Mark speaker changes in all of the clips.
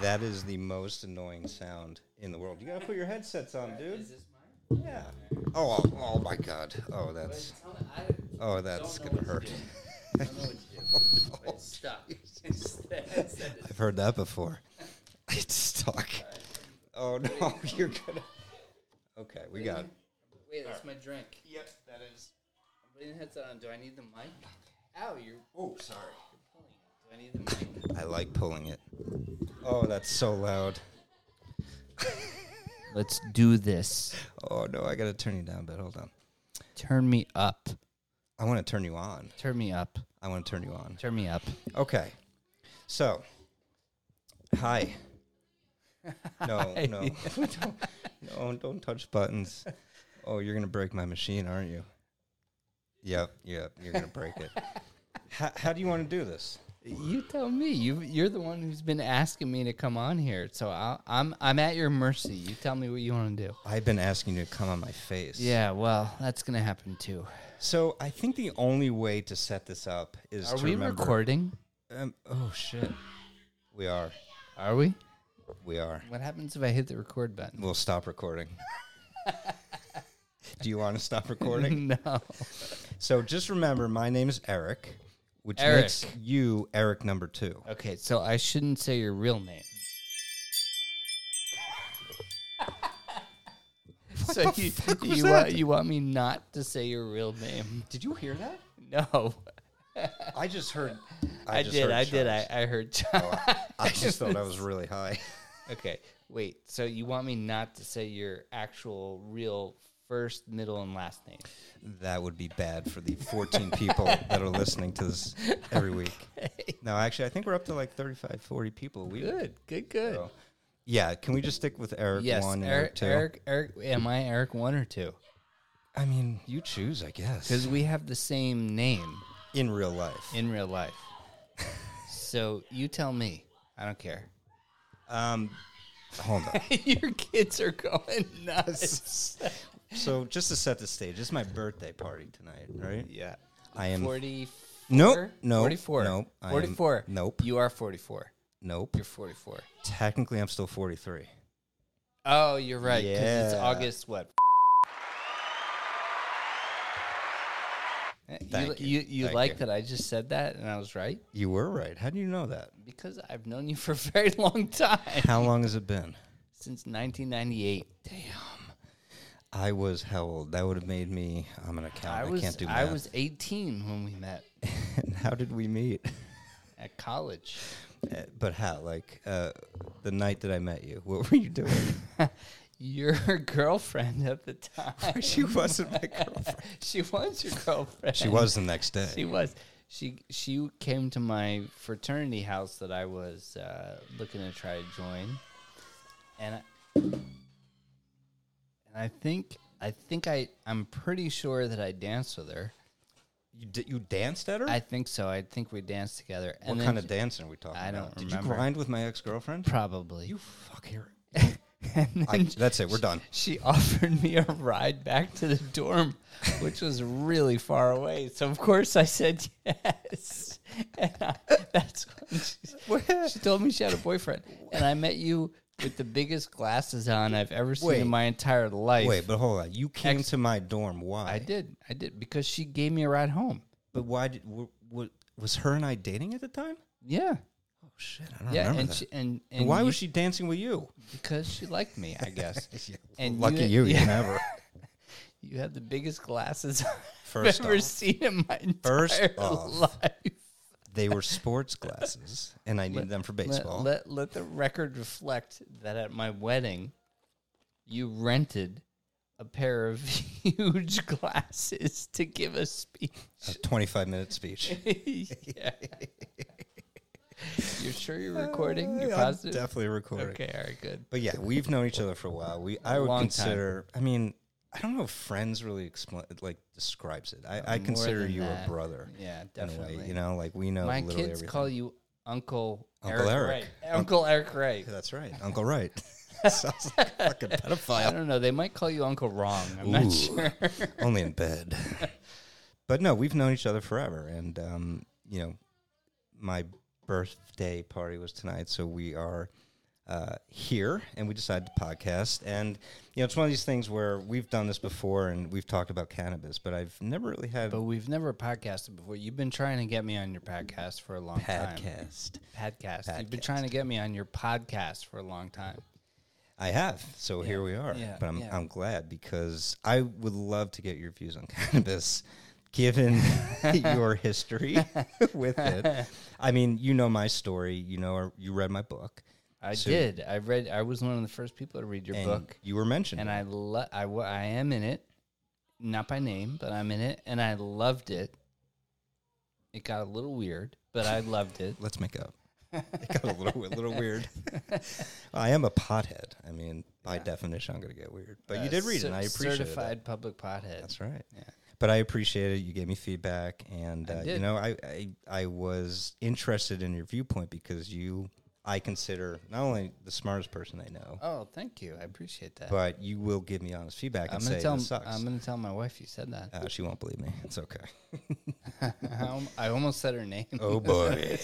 Speaker 1: That is the most annoying sound in the world. You gotta put your headsets on, dude.
Speaker 2: Is this mine?
Speaker 1: Yeah. Oh, oh, oh my God. Oh,
Speaker 2: But
Speaker 1: that's.
Speaker 2: it's- I
Speaker 1: Oh, that's
Speaker 2: know
Speaker 1: gonna
Speaker 2: what
Speaker 1: hurt. Oh,
Speaker 2: to do. I don't know what to do. But it's stuck. It's the headset is-
Speaker 1: I've heard that before. It's stuck. Oh no, you're gonna. Okay, we got.
Speaker 2: Wait, that's my drink.
Speaker 1: Yep, that is.
Speaker 2: I'm putting the headset on. Do I need the mic? Ow, you're
Speaker 1: Oh, sorry.
Speaker 2: pulling it. Do I need the mic?
Speaker 1: I like pulling it. Oh, that's so loud.
Speaker 2: Let's do this.
Speaker 1: Oh no, I gotta turn you down, but hold on.
Speaker 2: Turn me up.
Speaker 1: I want to turn you on.
Speaker 2: Turn me up.
Speaker 1: I want to turn you on.
Speaker 2: Turn me up.
Speaker 1: Okay. So, hi. No, no, don't, no, don't touch buttons. Oh, you're gonna break my machine, aren't you? Yep, yep, you're gonna break it. how, how do you want to do this?
Speaker 2: You tell me. You you're the one who's been asking me to come on here, so I'll, I'm I'm at your mercy. You tell me what you want to do.
Speaker 1: I've been asking you to come on my face.
Speaker 2: Yeah, well, that's gonna happen too.
Speaker 1: So I think the only way to set this up is
Speaker 2: Are
Speaker 1: to
Speaker 2: we
Speaker 1: remember.
Speaker 2: recording?
Speaker 1: Um, oh shit. We are.
Speaker 2: Are we?
Speaker 1: We are.
Speaker 2: What happens if I hit the record button?
Speaker 1: We'll stop recording. do you want to stop recording?
Speaker 2: no.
Speaker 1: So just remember, my name is Eric, which
Speaker 2: Eric.
Speaker 1: makes you Eric number two.
Speaker 2: Okay, so I shouldn't say your real name. so you you want, you want me not to say your real name?
Speaker 1: Did you hear that?
Speaker 2: No,
Speaker 1: I just heard.
Speaker 2: I,
Speaker 1: just
Speaker 2: did.
Speaker 1: heard
Speaker 2: I did. I,
Speaker 1: chimes.
Speaker 2: I heard. John.
Speaker 1: I just thought I was really high.
Speaker 2: Okay, wait. So you want me not to say your actual, real first, middle, and last name?
Speaker 1: That would be bad for the 14 people that are listening to this every week. No, actually, I think we're up to like 35, 40 people. We
Speaker 2: Good, good, good.
Speaker 1: So, yeah, can we just stick with Eric
Speaker 2: Oh. yes,
Speaker 1: one and Eric
Speaker 2: Eric,
Speaker 1: two?
Speaker 2: Eric, Eric. Am I Eric one or two?
Speaker 1: I mean, you choose, I
Speaker 2: Because
Speaker 1: guess.
Speaker 2: we have the same name
Speaker 1: In real life,
Speaker 2: in real life. so you tell me. I don't care.
Speaker 1: um, hold on.
Speaker 2: your kids are going nuts.
Speaker 1: so just to set the stage, it's my birthday party tonight, right?
Speaker 2: yeah.
Speaker 1: I am
Speaker 2: Forty-four.
Speaker 1: Nope, nope,
Speaker 2: 44.
Speaker 1: nope, I am-
Speaker 2: 44.
Speaker 1: nope.
Speaker 2: You are 44.
Speaker 1: Nope.
Speaker 2: You're 44.
Speaker 1: Technically, I'm still 43.
Speaker 2: Oh, you're right. Because it's
Speaker 1: Yeah.
Speaker 2: August, what?
Speaker 1: Thank
Speaker 2: you
Speaker 1: you.
Speaker 2: you, you
Speaker 1: Thank
Speaker 2: like
Speaker 1: you.
Speaker 2: that I just said that and I was right?
Speaker 1: You were right. How do you know that?
Speaker 2: Because I've known you for a very long time.
Speaker 1: How long has it been?
Speaker 2: Since 1998. Damn.
Speaker 1: I was how old? That would have made me. I'm an accountant.
Speaker 2: I
Speaker 1: I,
Speaker 2: was,
Speaker 1: can't do math.
Speaker 2: I was 18 when we met
Speaker 1: And how did we meet?
Speaker 2: at college.
Speaker 1: Uh, but how? Like uh, the night that I met you, what were you doing?
Speaker 2: Your girlfriend at the time.
Speaker 1: she wasn't my girlfriend.
Speaker 2: she was your girlfriend.
Speaker 1: She was the next day.
Speaker 2: She was. She she came to my fraternity house that I was uh, looking to try to join, and I, and I think I think I I'm pretty sure that I danced with her.
Speaker 1: you, d- you danced at her?
Speaker 2: I think so. I think we danced together. And
Speaker 1: what
Speaker 2: then
Speaker 1: kind of dancing are we talking
Speaker 2: I
Speaker 1: about?
Speaker 2: don't
Speaker 1: Did
Speaker 2: remember.
Speaker 1: you grind with my ex girlfriend?
Speaker 2: probably?
Speaker 1: You fucker.
Speaker 2: and
Speaker 1: I,
Speaker 2: then
Speaker 1: that's it. We're done.
Speaker 2: she offered me a ride back to the dorm, which was really far away. So of course I said yes. And I, that's when she, she told me she had a boyfriend, and I met you with the biggest glasses on I've ever seen
Speaker 1: Wait.
Speaker 2: in my entire life.
Speaker 1: Wait, but hold on. You came to my dorm. Why?
Speaker 2: I did, I did because she gave me a ride home.
Speaker 1: But why did w- w- was her and I dating at the time?
Speaker 2: Yeah,
Speaker 1: Oh shit, I don't
Speaker 2: yeah,
Speaker 1: remember
Speaker 2: and
Speaker 1: that.
Speaker 2: she, and and
Speaker 1: And why
Speaker 2: you-
Speaker 1: was she dancing with you?
Speaker 2: because she liked me, I guess. And
Speaker 1: Lucky you, you
Speaker 2: yeah,
Speaker 1: never.
Speaker 2: you had the biggest glasses I've
Speaker 1: First
Speaker 2: ever
Speaker 1: off,
Speaker 2: seen in my entire
Speaker 1: First off,
Speaker 2: life.
Speaker 1: they were sports glasses, and I needed them for
Speaker 2: Let-
Speaker 1: baseball.
Speaker 2: Let, let, the record reflect that at my wedding, you rented a pair of huge glasses to give a speech.
Speaker 1: A twenty-five minute speech.
Speaker 2: Yeah. You're sure you're recording? You're
Speaker 1: Uh, I'm
Speaker 2: positive?
Speaker 1: definitely recording.
Speaker 2: Okay, all right, good.
Speaker 1: But yeah, we've known each other for a while. We, I would
Speaker 2: Long time.
Speaker 1: consider. I mean, I don't know if friends really explain like describes it. I, I
Speaker 2: More
Speaker 1: consider
Speaker 2: than
Speaker 1: you
Speaker 2: that.
Speaker 1: a brother.
Speaker 2: Yeah,
Speaker 1: in a way,
Speaker 2: definitely.
Speaker 1: you know, like we know
Speaker 2: my
Speaker 1: literally
Speaker 2: kids
Speaker 1: everything.
Speaker 2: call you Uncle,
Speaker 1: Uncle
Speaker 2: Eric.
Speaker 1: Eric.
Speaker 2: Wright. Uncle Eric Wright.
Speaker 1: That's right, Uncle Wright. Sounds like a fucking
Speaker 2: I
Speaker 1: pedophile.
Speaker 2: don't know. They might call you Uncle Wrong. I'm not
Speaker 1: Ooh.
Speaker 2: sure.
Speaker 1: only in bed. but no, we've known each other forever, and um, you know, my birthday party was tonight, so we are uh, here, and we decided to podcast. And you know, it's one of these things where we've done this before, and we've talked about cannabis, but I've never really had
Speaker 2: But we've never podcasted before. You've been trying to get me on your podcast for a long time.
Speaker 1: podcast.
Speaker 2: Podcast. You've been
Speaker 1: Podcast.
Speaker 2: trying to get me on your podcast for a long time.
Speaker 1: I have, so here we are.
Speaker 2: yeah,
Speaker 1: but I'm
Speaker 2: yeah.
Speaker 1: I'm glad because I would love to get your views on cannabis, given your history with it. I mean, you know my story. You know, or you read my book.
Speaker 2: I
Speaker 1: So-
Speaker 2: did. I read. I was one of the first people to read your
Speaker 1: and
Speaker 2: book,
Speaker 1: You were mentioned.
Speaker 2: and I lo- I wa- I am in it, not by name, but I'm in it, and I loved it. It got a little weird, but I loved it.
Speaker 1: Let's make up. It got a little a little weird. I am a pothead. I mean, by definition, I'm going to get weird. But you did
Speaker 2: Uh,
Speaker 1: read it,
Speaker 2: cer-
Speaker 1: and I appreciate it.
Speaker 2: certified public pothead.
Speaker 1: That's right. But I appreciate it. You gave me feedback, and
Speaker 2: I
Speaker 1: uh, you
Speaker 2: did.
Speaker 1: know, I, I I was interested in your viewpoint because you, I consider not only the smartest person I know,
Speaker 2: Oh, thank you. I appreciate that.
Speaker 1: but you will give me honest feedback
Speaker 2: I'm
Speaker 1: and
Speaker 2: gonna
Speaker 1: say
Speaker 2: tell.
Speaker 1: this sucks.
Speaker 2: I'm gonna tell my wife you said that.
Speaker 1: uh, she won't believe me. It's okay.
Speaker 2: I al- I almost said her name.
Speaker 1: Oh boy,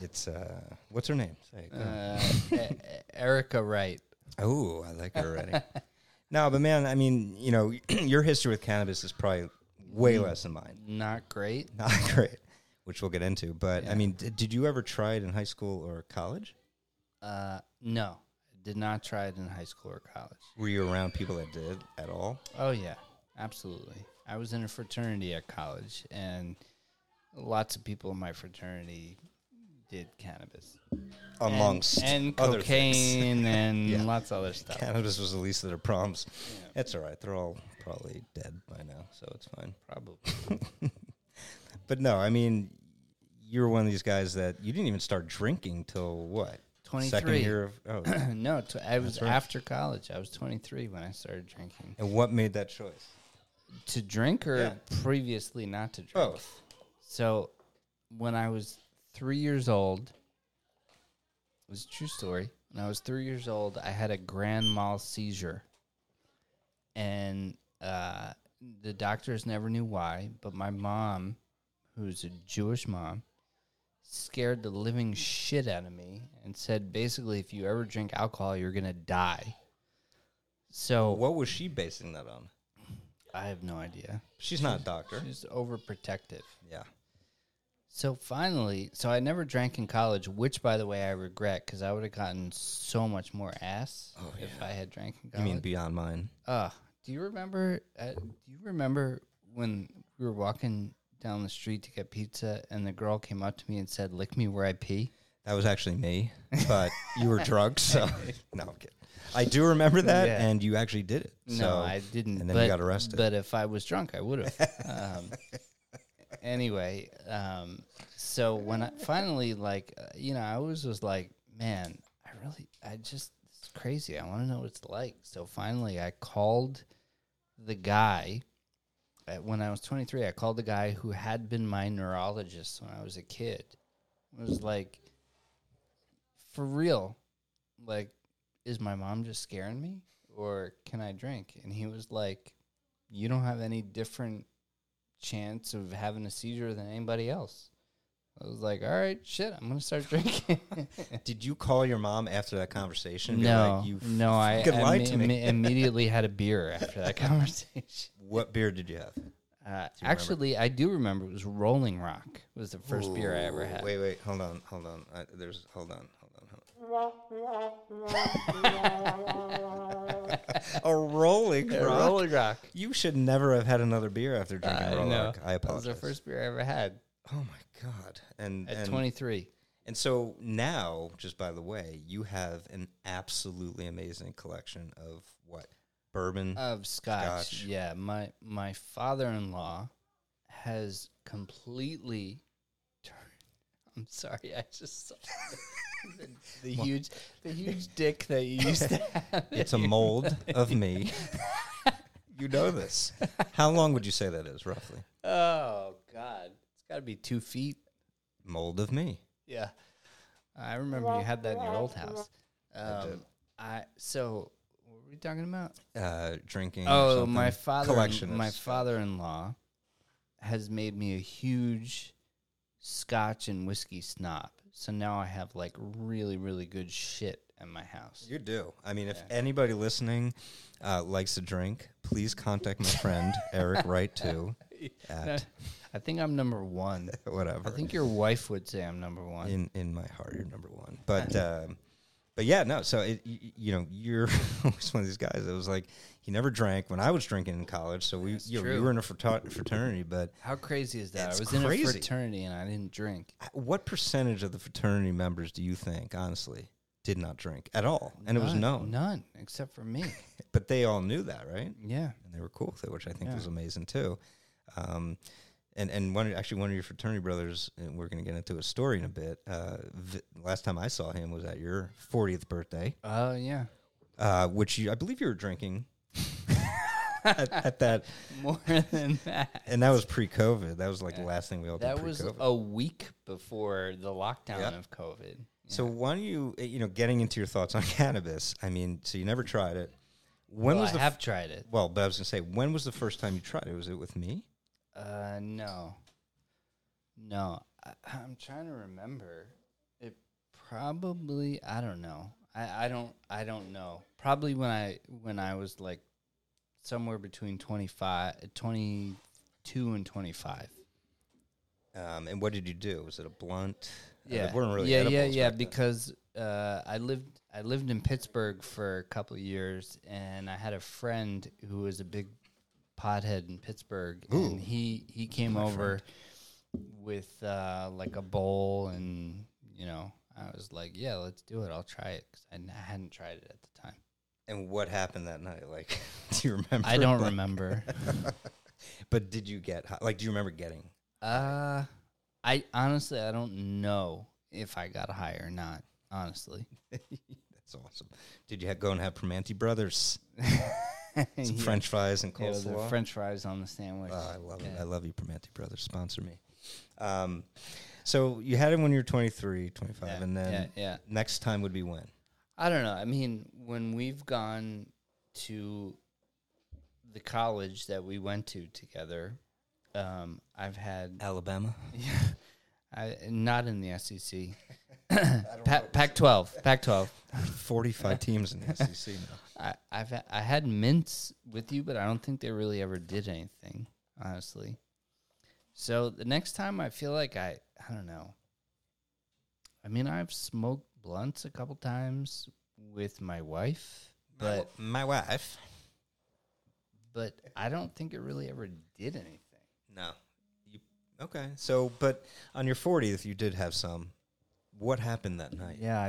Speaker 1: it's uh, what's her name? Say it, go.
Speaker 2: Uh, E- E- Erica Wright.
Speaker 1: Oh, I like her already. no, but man, I mean, you know, your history with cannabis is probably
Speaker 2: Mm.
Speaker 1: way less than mine.
Speaker 2: Not great.
Speaker 1: Not great, which we'll get into. But I mean, d- did you ever try it in high school or college?
Speaker 2: Uh, no, did not try it in high school or college.
Speaker 1: Were you around people that did at all?
Speaker 2: Oh yeah, absolutely. I was in a fraternity at college, and lots of people in my fraternity did cannabis And-
Speaker 1: Amongst
Speaker 2: and,
Speaker 1: other things.
Speaker 2: cocaine and
Speaker 1: Yeah.
Speaker 2: lots of other stuff.
Speaker 1: Cannabis was the least of their problems. That's all right. They're all probably dead by now, so it's fine.
Speaker 2: Probably.
Speaker 1: But no, I mean, you were one of these guys that you didn't even start drinking till what? Second
Speaker 2: 23.
Speaker 1: year of. Oh.
Speaker 2: no, tw- I was after college. I was 23 when I started drinking.
Speaker 1: and what made that choice?
Speaker 2: To drink or
Speaker 1: Yeah.
Speaker 2: previously not to drink?
Speaker 1: Both.
Speaker 2: So when I was three years old, it was a true story. When I was three years old, I had a grand mal seizure. And uh, the doctors never knew why, but my mom, who's a Jewish mom, scared the living shit out of me and said basically, if you ever drink alcohol, you're going to die. So
Speaker 1: What was she basing that on?
Speaker 2: I have no idea.
Speaker 1: She's not a doctor.
Speaker 2: She's overprotective.
Speaker 1: Yeah.
Speaker 2: So finally, so I never drank in college, which by the way I regret because I would have gotten so much more ass if I had drank in
Speaker 1: Oh, You
Speaker 2: college.
Speaker 1: mean beyond mine?
Speaker 2: uh, do you remember? Uh, do you remember when we were walking down the street to get pizza and the girl came up to me and said, "Lick me where I pee."
Speaker 1: That was actually me, but you were drunk, so no, I'm kidding. I do remember that,
Speaker 2: Yeah.
Speaker 1: and you actually did it.
Speaker 2: no,
Speaker 1: so-
Speaker 2: I didn't.
Speaker 1: And then
Speaker 2: but,
Speaker 1: you got arrested.
Speaker 2: But if I was drunk, I would have. um, anyway, um, so when I finally, like, uh, you know, I always was like, man, I really, I just, it's crazy. I want to know what it's like. So finally, I called the guy. At, when I was 23, I called the guy who had been my neurologist when I was a kid. I was like, for real, like, is my mom just scaring me or can I drink? And he was like, you don't have any different chance of having a seizure than anybody else. I was like, all right, shit, I'm going to start drinking.
Speaker 1: Did you call your mom after that conversation? and be
Speaker 2: no,
Speaker 1: like, you
Speaker 2: no, I,
Speaker 1: fucking
Speaker 2: I
Speaker 1: lied
Speaker 2: imme-
Speaker 1: to me.
Speaker 2: imme- immediately had a beer after that conversation.
Speaker 1: What beer did you have?
Speaker 2: Uh, actually, I do remember it was Rolling Rock was the first beer I ever
Speaker 1: Ooh,
Speaker 2: had.
Speaker 1: Wait, wait, hold on, hold on. I, there's, hold on, hold on, hold on. A rolling
Speaker 2: Yeah,
Speaker 1: rock.
Speaker 2: Rolling Rock.
Speaker 1: You should never have had another beer after drinking
Speaker 2: I
Speaker 1: Rolling
Speaker 2: know.
Speaker 1: Rock. I
Speaker 2: That was
Speaker 1: apologize.
Speaker 2: the first beer I ever had
Speaker 1: Oh my god! And
Speaker 2: at
Speaker 1: and,
Speaker 2: 23.
Speaker 1: and so now, just by the way, you have an absolutely amazing collection of what bourbon.
Speaker 2: of scotch.
Speaker 1: Scotch.
Speaker 2: Yeah, my my father-in-law has completely turned. I'm sorry, I just saw the, the huge the huge dick that you used to have.
Speaker 1: It's a mold of me. you know this. How long would you say that is roughly?
Speaker 2: Oh God, it's got to be two feet.
Speaker 1: Mold of me.
Speaker 2: Yeah, I remember you had that in your old house. Um, I so what were we talking about?
Speaker 1: Uh, drinking. or
Speaker 2: Oh,
Speaker 1: something.
Speaker 2: my father,
Speaker 1: Collection of
Speaker 2: my
Speaker 1: stuff.
Speaker 2: father-in-law has made me a huge Scotch and whiskey snob. So now I have like really, really good shit in my house.
Speaker 1: You do. I mean, if anybody listening uh, likes to drink, please contact my friend Eric Wright too. At
Speaker 2: I think I'm number one. I
Speaker 1: whatever.
Speaker 2: think your wife would say I'm number one.
Speaker 1: in in my heart, you're number one. But um, but yeah, no. So it, y- y- you know, you're always one of these guys that was like, he never drank when I was drinking in college. So we you know, we
Speaker 2: true.
Speaker 1: were in a frater- fraternity, but
Speaker 2: How crazy is that?
Speaker 1: It's
Speaker 2: I was
Speaker 1: crazy.
Speaker 2: in a fraternity and I didn't drink.
Speaker 1: what percentage of the fraternity members do you think, honestly, did not drink at all? And it was known,
Speaker 2: None- None, except for me.
Speaker 1: but they all knew that, right?
Speaker 2: yeah.
Speaker 1: and they were cool with it, which I think
Speaker 2: Yeah.
Speaker 1: was amazing too. Um, and and one actually one of your fraternity brothers, and we're going to get into a story in a bit. Uh, vi- last time I saw him was at your 40th birthday,
Speaker 2: Oh, yeah.
Speaker 1: uh, which you, I believe you were drinking at, at that,
Speaker 2: More than that.
Speaker 1: and that was pre-COVID. That was like the last thing we all did
Speaker 2: That was
Speaker 1: pre-COVID.
Speaker 2: a week before the lockdown
Speaker 1: Yeah.
Speaker 2: of COVID.
Speaker 1: So why don't you uh, you know getting into your thoughts on cannabis? I mean, so you never tried it. When
Speaker 2: Well,
Speaker 1: was
Speaker 2: I
Speaker 1: the f-
Speaker 2: have tried it.
Speaker 1: well? But I was going to say, when was the first time you tried it? Was it with me?
Speaker 2: Uh, no. No. I, I'm trying to remember. It probably I don't know. I, I don't I don't know. Probably when I when I was like somewhere between 25 22 and 25.
Speaker 1: Um, and what did you do? Was it a blunt? Uh, they
Speaker 2: Yeah.
Speaker 1: weren't really
Speaker 2: yeah, yeah,
Speaker 1: edibles
Speaker 2: yeah,
Speaker 1: back then.
Speaker 2: because uh, I lived I lived in Pittsburgh for a couple of years and I had a friend who was a big pothead in Pittsburgh
Speaker 1: Ooh.
Speaker 2: and he he came over with uh, like a bowl and you know I was like, yeah, let's do it. I'll try it cuz I, n- I hadn't tried it at the time.
Speaker 1: And what happened that night? Like, do you remember?
Speaker 2: I don't
Speaker 1: Like,
Speaker 2: remember.
Speaker 1: But did you get high? Like, do you remember getting?
Speaker 2: uh I honestly I don't know if I got high or not, honestly.
Speaker 1: That's awesome. Did you ha- go and have Primanti Brothers, some French fries, and
Speaker 2: It
Speaker 1: cold
Speaker 2: was the
Speaker 1: slaw?
Speaker 2: French fries on the sandwich.
Speaker 1: Oh, I love it. I love you, Primanti Brothers. Sponsor me. Um, so you had it when you were 23, 25,
Speaker 2: Yeah,
Speaker 1: and then
Speaker 2: yeah, yeah.
Speaker 1: next time would be when?
Speaker 2: I don't know. I mean, when we've gone to the college that we went to together, um, I've had
Speaker 1: Alabama.
Speaker 2: I, not in the SEC, pa- Pac-12, Pac-12.
Speaker 1: 45 teams in the SEC now.
Speaker 2: I, I've ha- I had mints with you, but I don't think they really ever did anything, honestly. So the next time, I feel like I I don't know. I mean, I've smoked blunts a couple times with my wife, but.
Speaker 1: my wife.
Speaker 2: but I don't think it really ever did anything.
Speaker 1: No. You, okay. So, but on your 40th, you did have some. What happened that night?
Speaker 2: Yeah,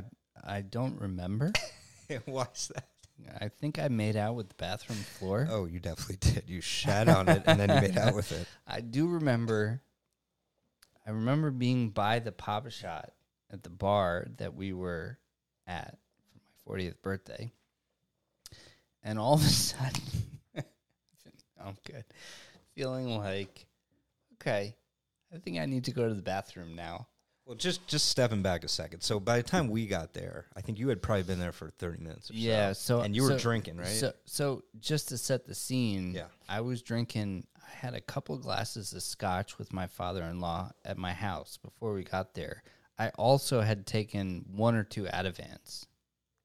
Speaker 2: I, I don't remember.
Speaker 1: Why is that?
Speaker 2: I think I made out with the bathroom floor.
Speaker 1: Oh, you definitely did. You shat on it and then you made out with it.
Speaker 2: I do remember. I remember being by the Papa Shot at the bar that we were at for my 40th birthday, and all of a sudden, I'm good, feeling like, okay, I think I need to go to the bathroom now.
Speaker 1: Well, just just stepping back a second. So by the time we got there, I think you had probably been there for 30 minutes or so.
Speaker 2: Yeah, so
Speaker 1: And you were
Speaker 2: so-
Speaker 1: drinking, right?
Speaker 2: So, so just to set the scene,
Speaker 1: Yeah.
Speaker 2: I was drinking. I had a couple glasses of scotch with my father-in-law at my house before we got there. I also had taken one or two Advans,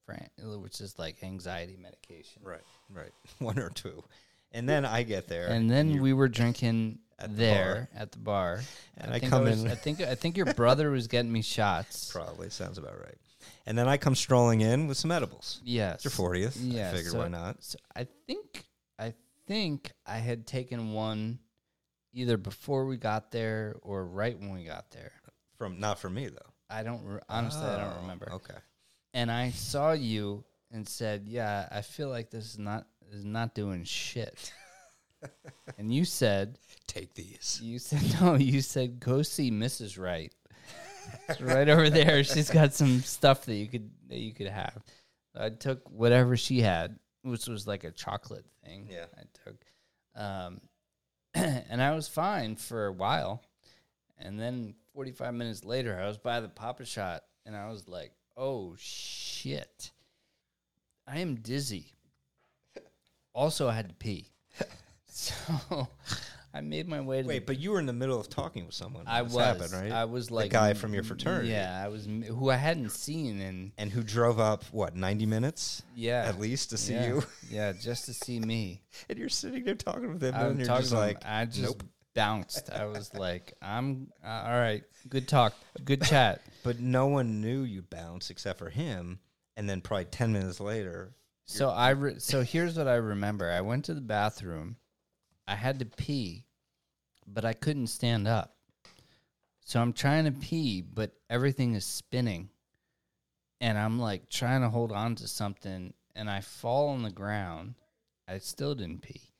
Speaker 2: for an- which is like anxiety medication.
Speaker 1: right, right. One or two. And then I get there.
Speaker 2: And then we were drinking
Speaker 1: the
Speaker 2: there at the bar,
Speaker 1: And I
Speaker 2: think
Speaker 1: come
Speaker 2: was-
Speaker 1: in-
Speaker 2: I think I think your brother was getting me shots.
Speaker 1: probably sounds about right. And then I come strolling in with some edibles.
Speaker 2: Yes,
Speaker 1: It's your 40th.
Speaker 2: Yeah,
Speaker 1: I figure
Speaker 2: so-
Speaker 1: why not?
Speaker 2: So I think I think I had taken one either before we got there or right when we got there.
Speaker 1: From not for me though.
Speaker 2: I don't re- honestly I
Speaker 1: Oh,
Speaker 2: don't remember.
Speaker 1: Okay.
Speaker 2: And I saw you and said, "Yeah, I feel like this is not is not doing shit." and you said,
Speaker 1: Take these.
Speaker 2: you said no, you said go see Mrs. Wright. It's right over there. She's got some stuff that you could that you could have. I took whatever she had, which was like a chocolate thing.
Speaker 1: Yeah.
Speaker 2: I took. Um and I was fine for a while. And then 45 minutes later, I was by the Papa Shot and I was like, "Oh shit. I am dizzy." Also, I had to pee. So I made my way to
Speaker 1: Wait,
Speaker 2: the.
Speaker 1: but you were in the middle of talking with someone. when
Speaker 2: I
Speaker 1: this
Speaker 2: was.
Speaker 1: happened, right?
Speaker 2: I was like
Speaker 1: guy from your fraternity.
Speaker 2: Yeah, I was m- who I hadn't seen and
Speaker 1: and who drove up what ninety minutes
Speaker 2: yeah,
Speaker 1: at least to see
Speaker 2: yeah,
Speaker 1: you,
Speaker 2: yeah, just to see me.
Speaker 1: and you're sitting there talking with him,
Speaker 2: I
Speaker 1: and
Speaker 2: was
Speaker 1: you're
Speaker 2: talking
Speaker 1: just
Speaker 2: to him.
Speaker 1: like,
Speaker 2: I just
Speaker 1: nope.
Speaker 2: bounced. I was like, I'm uh, all right. Good talk. Good chat.
Speaker 1: But no one knew you bounced except for him. And then probably ten minutes later,
Speaker 2: So I re- so here's what I remember. I went to the bathroom. I had to pee, but I couldn't stand up. So I'm trying to pee, but everything is spinning. And I'm like trying to hold on to something and I fall on the ground. I still didn't pee.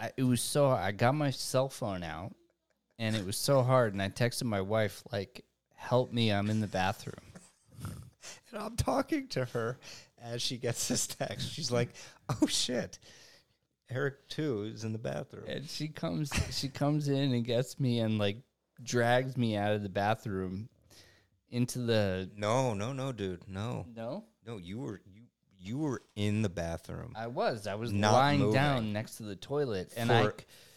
Speaker 2: I, it was so I got my cell phone out and it was so hard and I texted my wife like help me, I'm in the bathroom.
Speaker 1: and I'm talking to her as she gets this text. She's like, "Oh shit, Eric too is in the bathroom."
Speaker 2: and she comes she comes in and gets me and like drags me out of the bathroom into the
Speaker 1: No, no, no, dude, no,
Speaker 2: no
Speaker 1: no. You were you you were in the bathroom
Speaker 2: i was i was
Speaker 1: Not
Speaker 2: lying
Speaker 1: moving.
Speaker 2: down next to the toilet and
Speaker 1: for
Speaker 2: i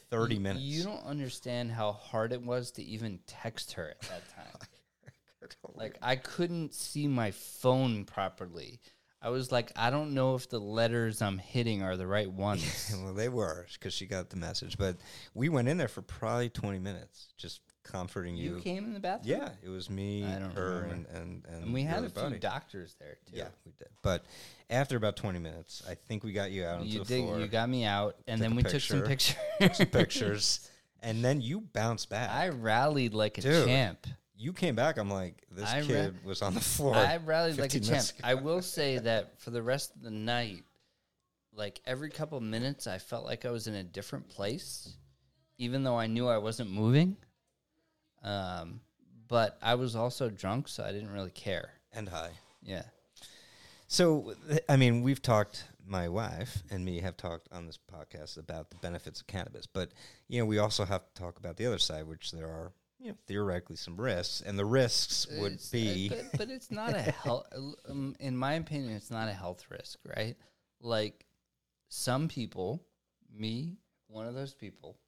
Speaker 1: thirty
Speaker 2: you-
Speaker 1: minutes.
Speaker 2: you don't understand how hard it was to even text her at that time like i couldn't see my phone properly i was like i don't know if the letters i'm hitting are the right ones
Speaker 1: well, they were because she got the message, but we went in there for probably twenty minutes, just comforting you.
Speaker 2: you came in the bathroom
Speaker 1: Yeah, it was me,
Speaker 2: I don't
Speaker 1: her, and,
Speaker 2: remember.
Speaker 1: and and
Speaker 2: and we
Speaker 1: your
Speaker 2: had
Speaker 1: other
Speaker 2: a few
Speaker 1: buddy.
Speaker 2: doctors there too
Speaker 1: Yeah, we did. But after about twenty minutes, I think we got you out onto
Speaker 2: you
Speaker 1: the
Speaker 2: did
Speaker 1: floor.
Speaker 2: you got me out and
Speaker 1: Took
Speaker 2: then
Speaker 1: a
Speaker 2: we took some pictures
Speaker 1: pictures, and then you bounced back.
Speaker 2: i rallied like a
Speaker 1: Dude,
Speaker 2: champ
Speaker 1: you came back. I'm like, this
Speaker 2: I ra-
Speaker 1: kid was on the floor.
Speaker 2: i rallied like a
Speaker 1: 15
Speaker 2: champ
Speaker 1: minutes
Speaker 2: i will say that for the rest of the night like every couple of minutes i felt like i was in a different place even though i knew i wasn't moving um, but i was also drunk so i didn't really care
Speaker 1: and high.
Speaker 2: yeah
Speaker 1: So, th- I mean, we've talked. My wife and me have talked on this podcast about the benefits of cannabis, but you know, we also have to talk about the other side, which there are you know, theoretically some risks, and the risks would
Speaker 2: It's- uh,
Speaker 1: be
Speaker 2: but, but it's not a health um, in my opinion it's not a health risk right like some people me one of those people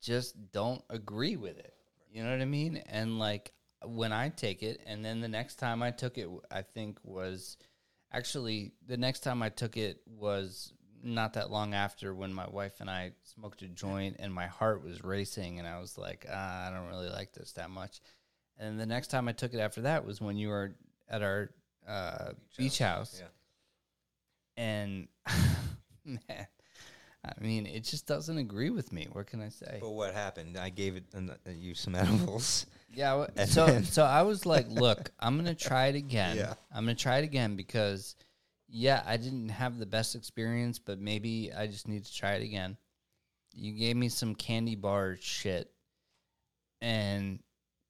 Speaker 2: just don't agree with it you know what i mean and like when i take it and then the next time i took it i think was actually the next time i took it was not that long after when my wife and i smoked a joint and my heart was racing and i was like ah, i don't really like this that much and the next time I took it after that was when you were at our uh, beach house. And man, I mean, it just doesn't agree with me. What can I say?
Speaker 1: But what happened? I gave it an, uh, you some edibles.
Speaker 2: Yeah. I w-
Speaker 1: And
Speaker 2: So
Speaker 1: then-
Speaker 2: so I was like, look, I'm gonna try it again.
Speaker 1: Yeah.
Speaker 2: I'm gonna try it again because, yeah, I didn't have the best experience, but maybe I just need to try it again. You gave me some candy bar shit, and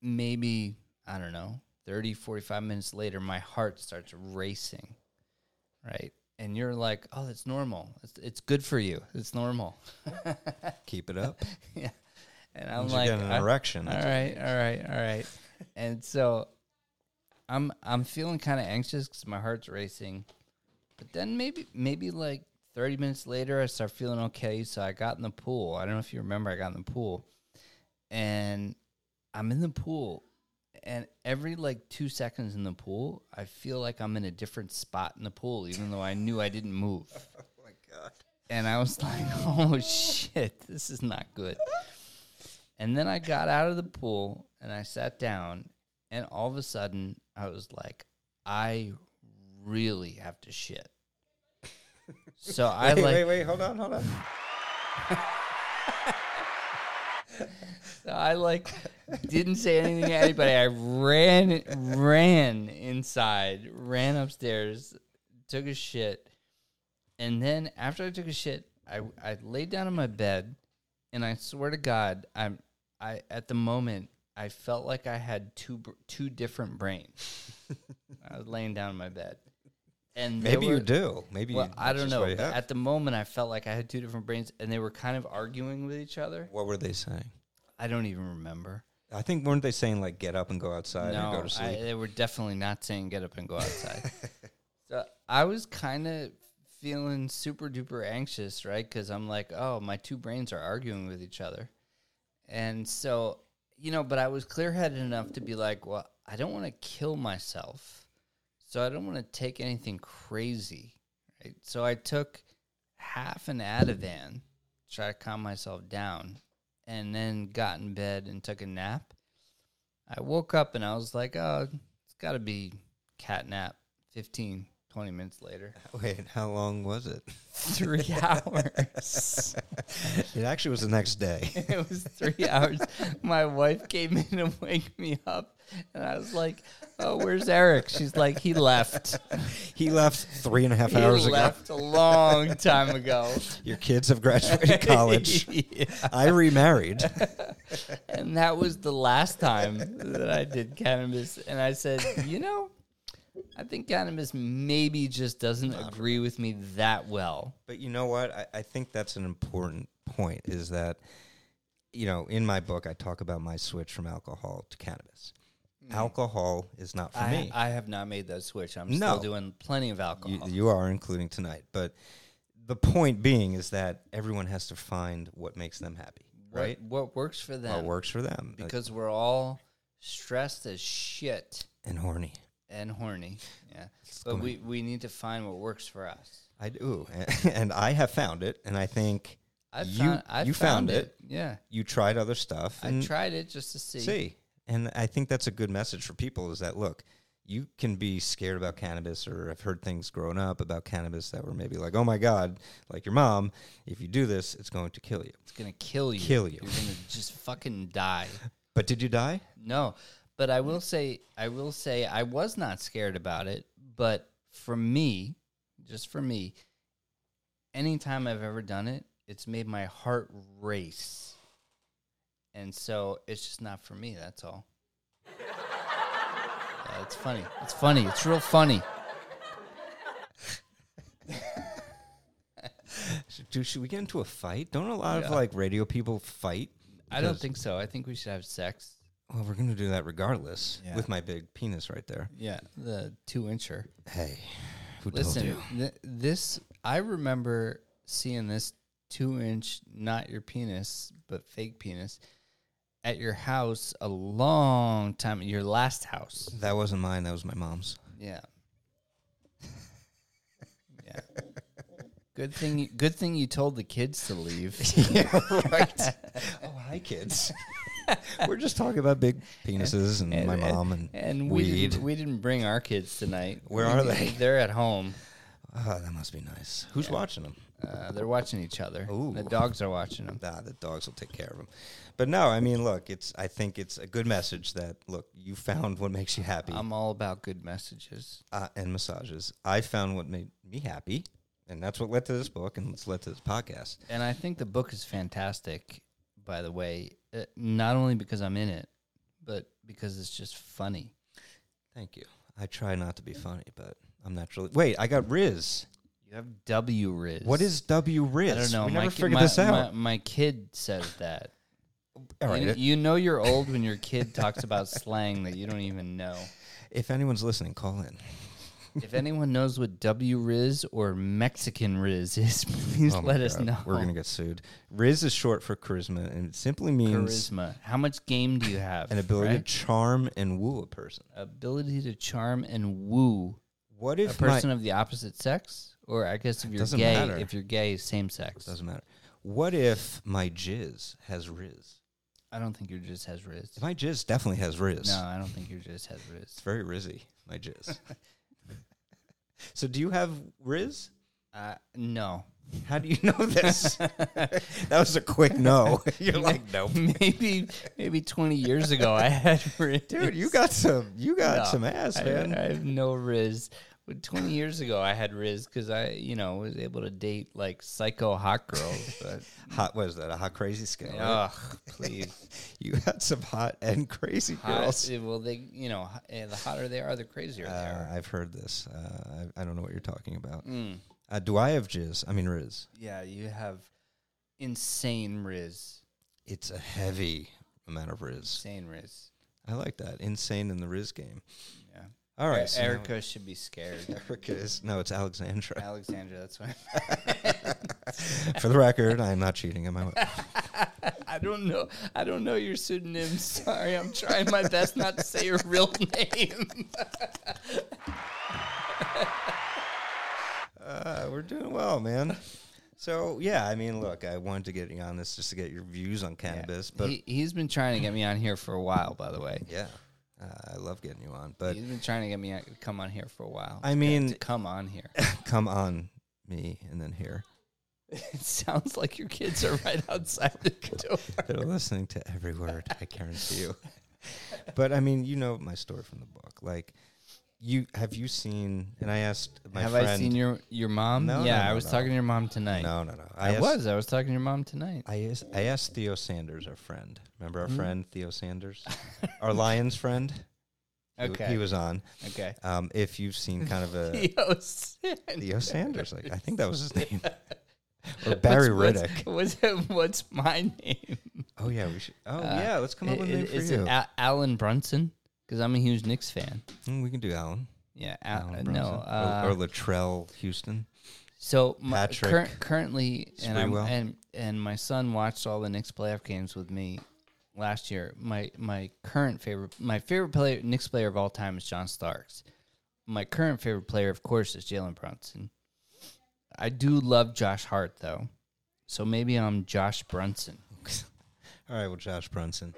Speaker 2: maybe I don't know, 30, 45 minutes later, my heart starts racing, right? And you're like, oh, that's normal. It's, it's good for you. It's normal.
Speaker 1: Keep it up.
Speaker 2: yeah. And I'm
Speaker 1: Once
Speaker 2: like,
Speaker 1: you get an
Speaker 2: I-
Speaker 1: erection.
Speaker 2: all right, all right, all right. And so I'm I'm feeling kind of anxious cuz my heart's racing. But then maybe maybe like 30 minutes later I start feeling okay, so I got in the pool. I don't know if you remember I got in the pool. And I'm in the pool and every like 2 seconds in the pool, I feel like I'm in a different spot in the pool even though I knew I didn't move.
Speaker 1: Oh my god.
Speaker 2: And I was like, oh shit, this is not good. And then I got out of the pool and I sat down, and all of a sudden I was like, I really have to shit. So I
Speaker 1: Wait,
Speaker 2: like
Speaker 1: wait, wait, hold on, hold on.
Speaker 2: So I like didn't say anything to anybody. I ran ran inside, ran upstairs, took a shit, and then after I took a shit, I I laid down in my bed, and I swear to God, I'm I at the moment I felt like I had two br- two different brains. I was laying down in my bed, and they
Speaker 1: Maybe you
Speaker 2: were-
Speaker 1: do. Maybe
Speaker 2: Well, I
Speaker 1: that's
Speaker 2: don't
Speaker 1: just
Speaker 2: know.
Speaker 1: What, you
Speaker 2: but
Speaker 1: have.
Speaker 2: At the moment, I felt like I had two different brains, and they were kind of arguing with each other.
Speaker 1: what were they saying?
Speaker 2: I don't even remember.
Speaker 1: I think weren't they saying like get up and go outside and go to
Speaker 2: I-
Speaker 1: sleep?
Speaker 2: they were definitely not saying get up and go outside. so I was kind of feeling super duper anxious, right? Because I'm like, oh, my two brains are arguing with each other. And so, you know, but I was clear headed enough to be like, well, I don't want to kill myself. So I don't want to take anything crazy. Right. So I took half an Ativan to try to calm myself down and then got in bed and took a nap. I woke up and I was like, oh, it's got to be cat nap 15, 20 minutes later.
Speaker 1: Wait, how long was it?
Speaker 2: Three hours.
Speaker 1: It actually was the next day.
Speaker 2: it was three hours. My wife came in to wake me up, and I was like, "Oh, where's Eric?" She's like, "He left.
Speaker 1: He left three and a half
Speaker 2: He
Speaker 1: hours ago.
Speaker 2: left a long time ago."
Speaker 1: Your kids have graduated college.
Speaker 2: Yeah.
Speaker 1: I remarried.
Speaker 2: And that was the last time that I did cannabis. And I said, you know, I think cannabis maybe just doesn't agree with me that well.
Speaker 1: But you know what? I, I think that's an important point is that, you know, in my book, I talk about my switch from alcohol to cannabis. Mm-hmm. Alcohol is not for
Speaker 2: I,
Speaker 1: me.
Speaker 2: I have not made that switch. I'm
Speaker 1: No.
Speaker 2: still doing plenty of alcohol.
Speaker 1: you, you are, including tonight. But the point being is that everyone has to find what makes them happy,
Speaker 2: What-
Speaker 1: right?
Speaker 2: What, works for them.
Speaker 1: What works for them. Like,
Speaker 2: because we're all stressed as shit
Speaker 1: and horny.
Speaker 2: and horny. Yeah. But we, we need to find what works for us.
Speaker 1: I do. And I have found it. And I think
Speaker 2: I
Speaker 1: You-
Speaker 2: found, I
Speaker 1: you found
Speaker 2: Yeah.
Speaker 1: you tried other stuff.
Speaker 2: I
Speaker 1: and
Speaker 2: tried it just to see.
Speaker 1: see. And I think that's a good message for people is that look, you can be scared about cannabis or I've heard things growing up about cannabis that were maybe like, "Oh my god, like your mom, if you do this, it's going to kill you."
Speaker 2: It's going to kill you.
Speaker 1: Kill you.
Speaker 2: You're going to just fucking die.
Speaker 1: But did you die?
Speaker 2: No, but I will say, I will say, I was not scared about it. But for me, just for me, anytime I've ever done it, it's made my heart race. And so it's just not for me. That's all. Yeah, it's funny. It's funny. It's real funny.
Speaker 1: Should, do, should we get into a fight? Don't a lot of
Speaker 2: Yeah.
Speaker 1: like radio people fight?
Speaker 2: I don't
Speaker 1: Because-
Speaker 2: think so. I think we should have sex.
Speaker 1: Well, we're going to do that regardless
Speaker 2: Yeah.
Speaker 1: with my big penis right there.
Speaker 2: Yeah, the two incher.
Speaker 1: Hey, who told
Speaker 2: Listen,
Speaker 1: you?
Speaker 2: th- this I remember seeing this two inch, not your penis, but fake penis, at your house a long time. Your last house,
Speaker 1: That wasn't mine. That was my mom's.
Speaker 2: yeah, yeah. Good thing, you, good thing you told the kids to leave.
Speaker 1: yeah, right. oh, hi, kids. We're just talking about big penises and, my mom and,
Speaker 2: and we
Speaker 1: weed.
Speaker 2: didn't, we didn't bring our kids tonight.
Speaker 1: Where
Speaker 2: We
Speaker 1: are
Speaker 2: didn't-
Speaker 1: they?
Speaker 2: They're at home.
Speaker 1: oh, that must be nice. Who's watching them?
Speaker 2: Uh, they're watching each other.
Speaker 1: Ooh.
Speaker 2: The dogs are watching them.
Speaker 1: Nah, the dogs will take care of them. But no, I mean, look, it's. I think it's a good message that look, you found what makes you happy,
Speaker 2: I'm all about good messages.
Speaker 1: uh, and massages. I found what made me happy, and that's what led to this book, and it's led to this podcast.
Speaker 2: And I think the book is fantastic, by the way, uh, not only because I'm in it, but because it's just funny.
Speaker 1: Thank you. I try not to be funny, but I'm naturally. Wait, I got Riz.
Speaker 2: You have W Riz.
Speaker 1: What is W Riz?
Speaker 2: I don't know.
Speaker 1: We
Speaker 2: my
Speaker 1: never
Speaker 2: ki-
Speaker 1: figured
Speaker 2: my-
Speaker 1: this out.
Speaker 2: My, my kid says that.
Speaker 1: All right.
Speaker 2: you, you know you're old when your kid talks about slang that you don't even know.
Speaker 1: If anyone's listening, call in.
Speaker 2: If anyone knows what W Riz or Mexican Riz is, please
Speaker 1: Oh my
Speaker 2: let us
Speaker 1: God,
Speaker 2: know.
Speaker 1: We're going to get sued. Riz is short for charisma, and it simply means
Speaker 2: charisma. How much game do you have?
Speaker 1: an ability to
Speaker 2: right?
Speaker 1: charm and woo a person.
Speaker 2: ability to charm and woo
Speaker 1: What
Speaker 2: a
Speaker 1: if my,
Speaker 2: person of the opposite sex, or I guess if you're
Speaker 1: Doesn't
Speaker 2: gay,
Speaker 1: matter.
Speaker 2: if you're gay, same sex.
Speaker 1: doesn't matter? What if my jizz has Riz?
Speaker 2: I don't think your jizz has riz.
Speaker 1: My jizz definitely has Riz.
Speaker 2: No, I don't think your jizz has riz.
Speaker 1: It's very Rizzy. My jizz. so, do you have Riz?
Speaker 2: Uh, no,
Speaker 1: How do you know this? that was a quick no. You're like, nope.
Speaker 2: maybe maybe twenty years ago I had riz.
Speaker 1: Dude, you got some. You got some ass,
Speaker 2: I,
Speaker 1: man.
Speaker 2: I have no riz. But twenty years ago I had riz because I, you know, was able to date like psycho hot girls. But
Speaker 1: hot was that a hot crazy scale? right?
Speaker 2: ugh, please.
Speaker 1: You had some hot and crazy
Speaker 2: Hot,
Speaker 1: girls.
Speaker 2: eh, well, they, you know, h- eh, the hotter they are, the crazier they
Speaker 1: Uh,
Speaker 2: are.
Speaker 1: I've heard this. Uh, I, I don't know what you're talking about.
Speaker 2: Hmm.
Speaker 1: Uh, do I have jizz? I mean Riz.
Speaker 2: Yeah, you have insane Riz.
Speaker 1: It's a heavy amount of Riz.
Speaker 2: Insane Riz.
Speaker 1: I like that. Insane in the Riz game.
Speaker 2: Yeah.
Speaker 1: All right,
Speaker 2: E-
Speaker 1: so now-
Speaker 2: Erica should be scared.
Speaker 1: Erica is no, it's Alexandra.
Speaker 2: Alexandra, that's why.
Speaker 1: For the record, I am not cheating on my wife.
Speaker 2: I I don't know. I don't know your pseudonym. Sorry, I'm trying my best not to say your real name.
Speaker 1: Uh, we're doing well, man. So yeah, I mean, look, I wanted to get you on this just to get your views on cannabis, but
Speaker 2: he, he's been trying to get me on here for a while, by the way.
Speaker 1: yeah, uh, I love getting you on. But
Speaker 2: He's been trying to get me on, come on here for a while.
Speaker 1: I mean-
Speaker 2: to come on here.
Speaker 1: come on me and then here.
Speaker 2: It sounds like your kids are right outside the door.
Speaker 1: They're listening to every word. I guarantee you. But I mean, you know my story from the book. Like, you have you seen? And I asked my
Speaker 2: Have
Speaker 1: friend.
Speaker 2: I seen your your mom?
Speaker 1: No,
Speaker 2: yeah,
Speaker 1: no, no,
Speaker 2: I was
Speaker 1: no.
Speaker 2: talking to your mom tonight.
Speaker 1: No, no, no.
Speaker 2: I,
Speaker 1: asked-
Speaker 2: was. I was talking to your mom tonight.
Speaker 1: I asked, I asked Theo Sanders, our friend. Remember
Speaker 2: Mm-hmm.
Speaker 1: our friend Theo Sanders, our Lions friend. He w-
Speaker 2: okay.
Speaker 1: he was on.
Speaker 2: okay.
Speaker 1: Um, if you've seen kind of a
Speaker 2: Theo Sanders.
Speaker 1: Theo Sanders, like I think that was his name, or Barry
Speaker 2: What's-
Speaker 1: Riddick.
Speaker 2: What's, what's, what's my name?
Speaker 1: Oh yeah, we should. Oh yeah, let's come up with a
Speaker 2: Uh, I-
Speaker 1: name for
Speaker 2: is
Speaker 1: you.
Speaker 2: it Al- Alan Brunson? Because I'm a huge Knicks fan.
Speaker 1: Mm, we can do Alan.
Speaker 2: Yeah, Al-
Speaker 1: Alan
Speaker 2: no.
Speaker 1: Brunson.
Speaker 2: Uh,
Speaker 1: or, or Latrell Houston.
Speaker 2: so my,
Speaker 1: Patrick
Speaker 2: cur- currently, and, I'm,
Speaker 1: Sprewell.
Speaker 2: and and my son watched all the Knicks playoff games with me last year. My my current favorite, my favorite player, Knicks player of all time is John Starks. My current favorite player, of course, is Jalen Brunson. I do love Josh Hart though, so maybe I'm Josh Brunson.
Speaker 1: All right, well, Josh Brunson,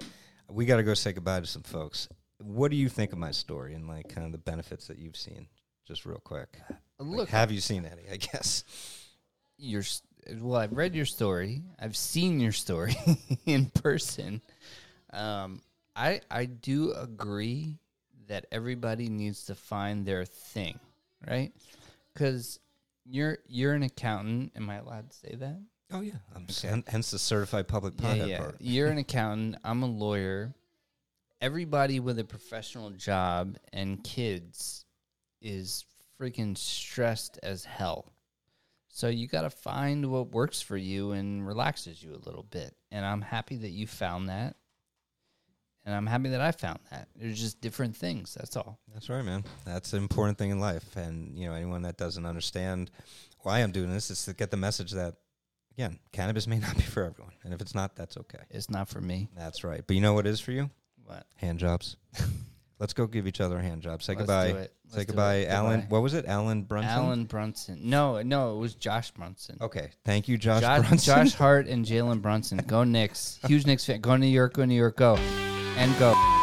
Speaker 1: we got to go say goodbye to some folks. What do you think of my story and like kind of the benefits that you've seen? Just real quick. Like,
Speaker 2: Look,
Speaker 1: have you seen any? I guess.
Speaker 2: your s- well i've read your story i've seen your story in person um, i i do agree that everybody needs to find their thing right because you're you're an accountant am i allowed to say that
Speaker 1: Oh yeah, I'm s- hen- hence the certified public
Speaker 2: yeah,
Speaker 1: pothead
Speaker 2: yeah.
Speaker 1: part.
Speaker 2: You're an accountant. I'm a lawyer. Everybody with a professional job and kids is freaking stressed as hell. So you got to find what works for you and relaxes you a little bit. And I'm happy that you found that. And I'm happy that I found that. There's just different things. That's all.
Speaker 1: That's right, man. That's an important thing in life, and you know anyone that doesn't understand why I'm doing this is to get the message that again, cannabis may not be for everyone, and if it's not, that's okay.
Speaker 2: It's not for me.
Speaker 1: That's right. But you know what is for you?
Speaker 2: But
Speaker 1: Hand jobs. Let's go give each other a hand job. Say
Speaker 2: Let's
Speaker 1: goodbye.
Speaker 2: do it. Let's do
Speaker 1: Say
Speaker 2: it.
Speaker 1: goodbye, Alan.
Speaker 2: Goodbye.
Speaker 1: What was it? Alan Brunson.
Speaker 2: Alan Brunson. No, no, it was Josh Brunson.
Speaker 1: Okay. Thank you, Josh,
Speaker 2: Josh,
Speaker 1: Brunson.
Speaker 2: Josh Hart and Jalen Brunson. Go Knicks. Huge Knicks fan. Go New York. Go New York. Go. And go.